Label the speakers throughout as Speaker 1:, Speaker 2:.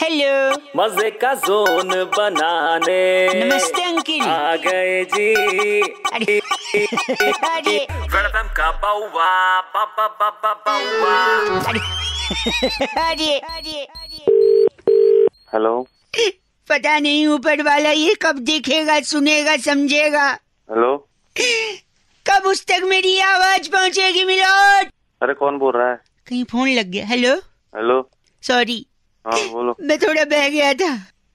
Speaker 1: Hello
Speaker 2: मजे का zone बनाने
Speaker 1: नमस्ते अंकिल
Speaker 3: Ah.
Speaker 2: आ गए जी
Speaker 1: अरे अरे
Speaker 2: वेलकम का बाउवा बाबा बाबा बाउवा
Speaker 1: अरे अरे
Speaker 3: हेलो
Speaker 1: पता नहीं ऊपर वाला ये कब देखेगा सुनेगा समझेगा
Speaker 3: हेलो
Speaker 1: कब उस तक मेरी आवाज पहुंचेगी मिलोट
Speaker 3: अरे कौन बोल रहा है
Speaker 1: कहीं फोन लग गया हेलो
Speaker 3: हेलो
Speaker 1: सॉरी
Speaker 3: हाँ बोलो
Speaker 1: मैं थोड़ा बह गया था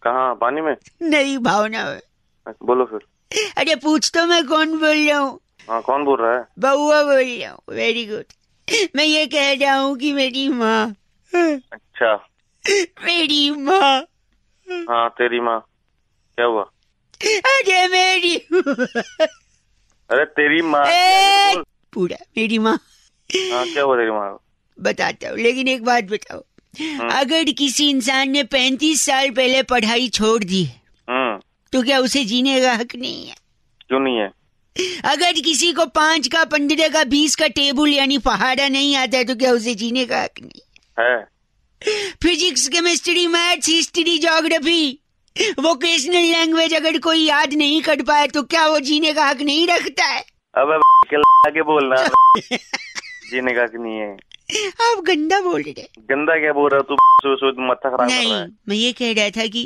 Speaker 3: कहाँ पानी में
Speaker 1: नहीं भावना में।
Speaker 3: बोलो फिर
Speaker 1: अरे पूछ तो मैं कौन बोल रहा हूँ
Speaker 3: हाँ कौन बोल रहा है
Speaker 1: बउआ बोल रहा हूँ वेरी गुड मैं ये कह रहा हूँ कि मेरी माँ
Speaker 3: अच्छा
Speaker 1: मेरी माँ
Speaker 3: हाँ तेरी माँ क्या हुआ
Speaker 1: अरे मेरी
Speaker 3: अरे तेरी माँ
Speaker 1: ए, पूरा मेरी माँ
Speaker 3: हाँ क्या हुआ तेरी माँ
Speaker 1: बताता हूँ लेकिन एक बात बताओ अगर किसी इंसान ने पैंतीस साल पहले पढ़ाई छोड़ दी है,
Speaker 3: हम्म
Speaker 1: तो क्या उसे जीने का हक नहीं है
Speaker 3: क्यों नहीं है
Speaker 1: अगर किसी को पाँच का पंद्रह का बीस का टेबल यानी पहाड़ा नहीं आता है तो क्या उसे जीने का हक नहीं
Speaker 3: है
Speaker 1: physics chemistry maths history geography vocational language अगर कोई याद नहीं कर पाए तो क्या वो जीने का हक नहीं रखता है
Speaker 3: अब अब के आगे बोलना जीने का कि नहीं है
Speaker 1: आप गंदा बोल रहे हैं।
Speaker 3: गंदा क्या बोल रहा है तू सुबह सुबह मत्था खराब कर
Speaker 1: नहीं
Speaker 3: रहा है
Speaker 1: मैं ये कह रहा था कि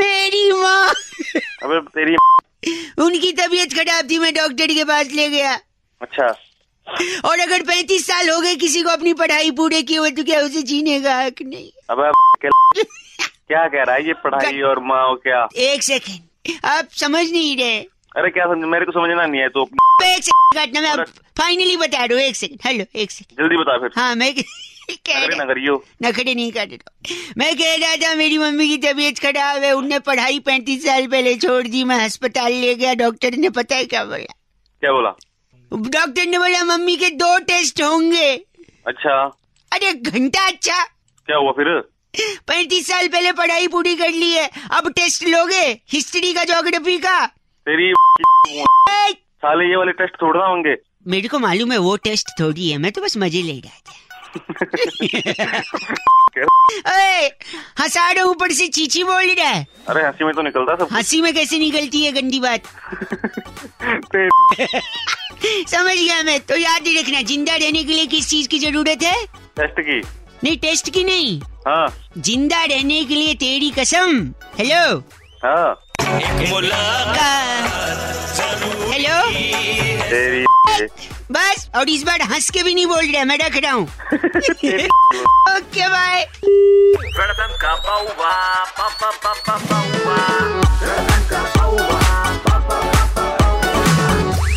Speaker 1: मेरी माँ
Speaker 3: अबे तेरी
Speaker 1: उनकी तबीयत खराब थी मैं डॉक्टर के पास ले गया
Speaker 3: अच्छा
Speaker 1: और अगर पैंतीस साल हो गए किसी को अपनी पढ़ाई पूरे किए हुए तो क्या उसे जीने का हक नहीं
Speaker 3: अब के क्या कह रहा है ये पढ़ाई और माँ और क्या
Speaker 1: एक सेकेंड आप समझ नहीं रहे
Speaker 3: अरे क्या समझ मेरे को समझना नहीं है तू अपनी-
Speaker 1: एक सेकंड काटना मैं आप फाइनली बता रहा हूँ एक सेकंड हेलो एक सेकंड
Speaker 3: जल्दी बता फिर
Speaker 1: हाँ मैं कह
Speaker 3: अरे
Speaker 1: रहा
Speaker 3: नगरियो
Speaker 1: नखरे नहीं कर रहा मैं कह रहा था मेरी मम्मी की तबीयत खराब है उनने पढ़ाई पैंतीस साल पहले छोड़ दी मैं अस्पताल ले गया डॉक्टर ने पता है क्या बोला
Speaker 3: क्या बोला
Speaker 1: डॉक्टर ने बोला मम्मी के दो टेस्ट होंगे
Speaker 3: अच्छा
Speaker 1: अरे घंटा अच्छा
Speaker 3: क्या हुआ फिर
Speaker 1: पैंतीस साल पहले पढ़ाई पूरी कर ली है अब टेस्ट लोगे हिस्ट्री का ज्योग्राफी का
Speaker 3: तेरी
Speaker 1: ए,
Speaker 3: साले ये वाले टेस्ट थोड़ा होंगे
Speaker 1: मेरे को मालूम है वो टेस्ट थोड़ी है मैं तो बस मजे ले रहा था ए, हंसा रहा हूँ, ऊपर से चीची बोल रहा है
Speaker 3: अरे हंसी में तो निकलता सब
Speaker 1: हंसी में कैसे निकलती है गंदी बात
Speaker 3: तेरी
Speaker 1: समझ गया मैं तो याद ही रखना जिंदा रहने के लिए किस चीज की जरूरत है
Speaker 3: टेस्ट की
Speaker 1: नहीं टेस्ट की नहीं
Speaker 3: हाँ
Speaker 1: जिंदा रहने के लिए तेरी कसम हेलो
Speaker 3: हाँ
Speaker 1: हेलो
Speaker 3: तेरी
Speaker 1: बस और इस बार हंस के भी नहीं बोल रहा मैं रख रहा हूँ ओके बाय
Speaker 2: वेलकम का बाउवा बाबा बाबा बाउवा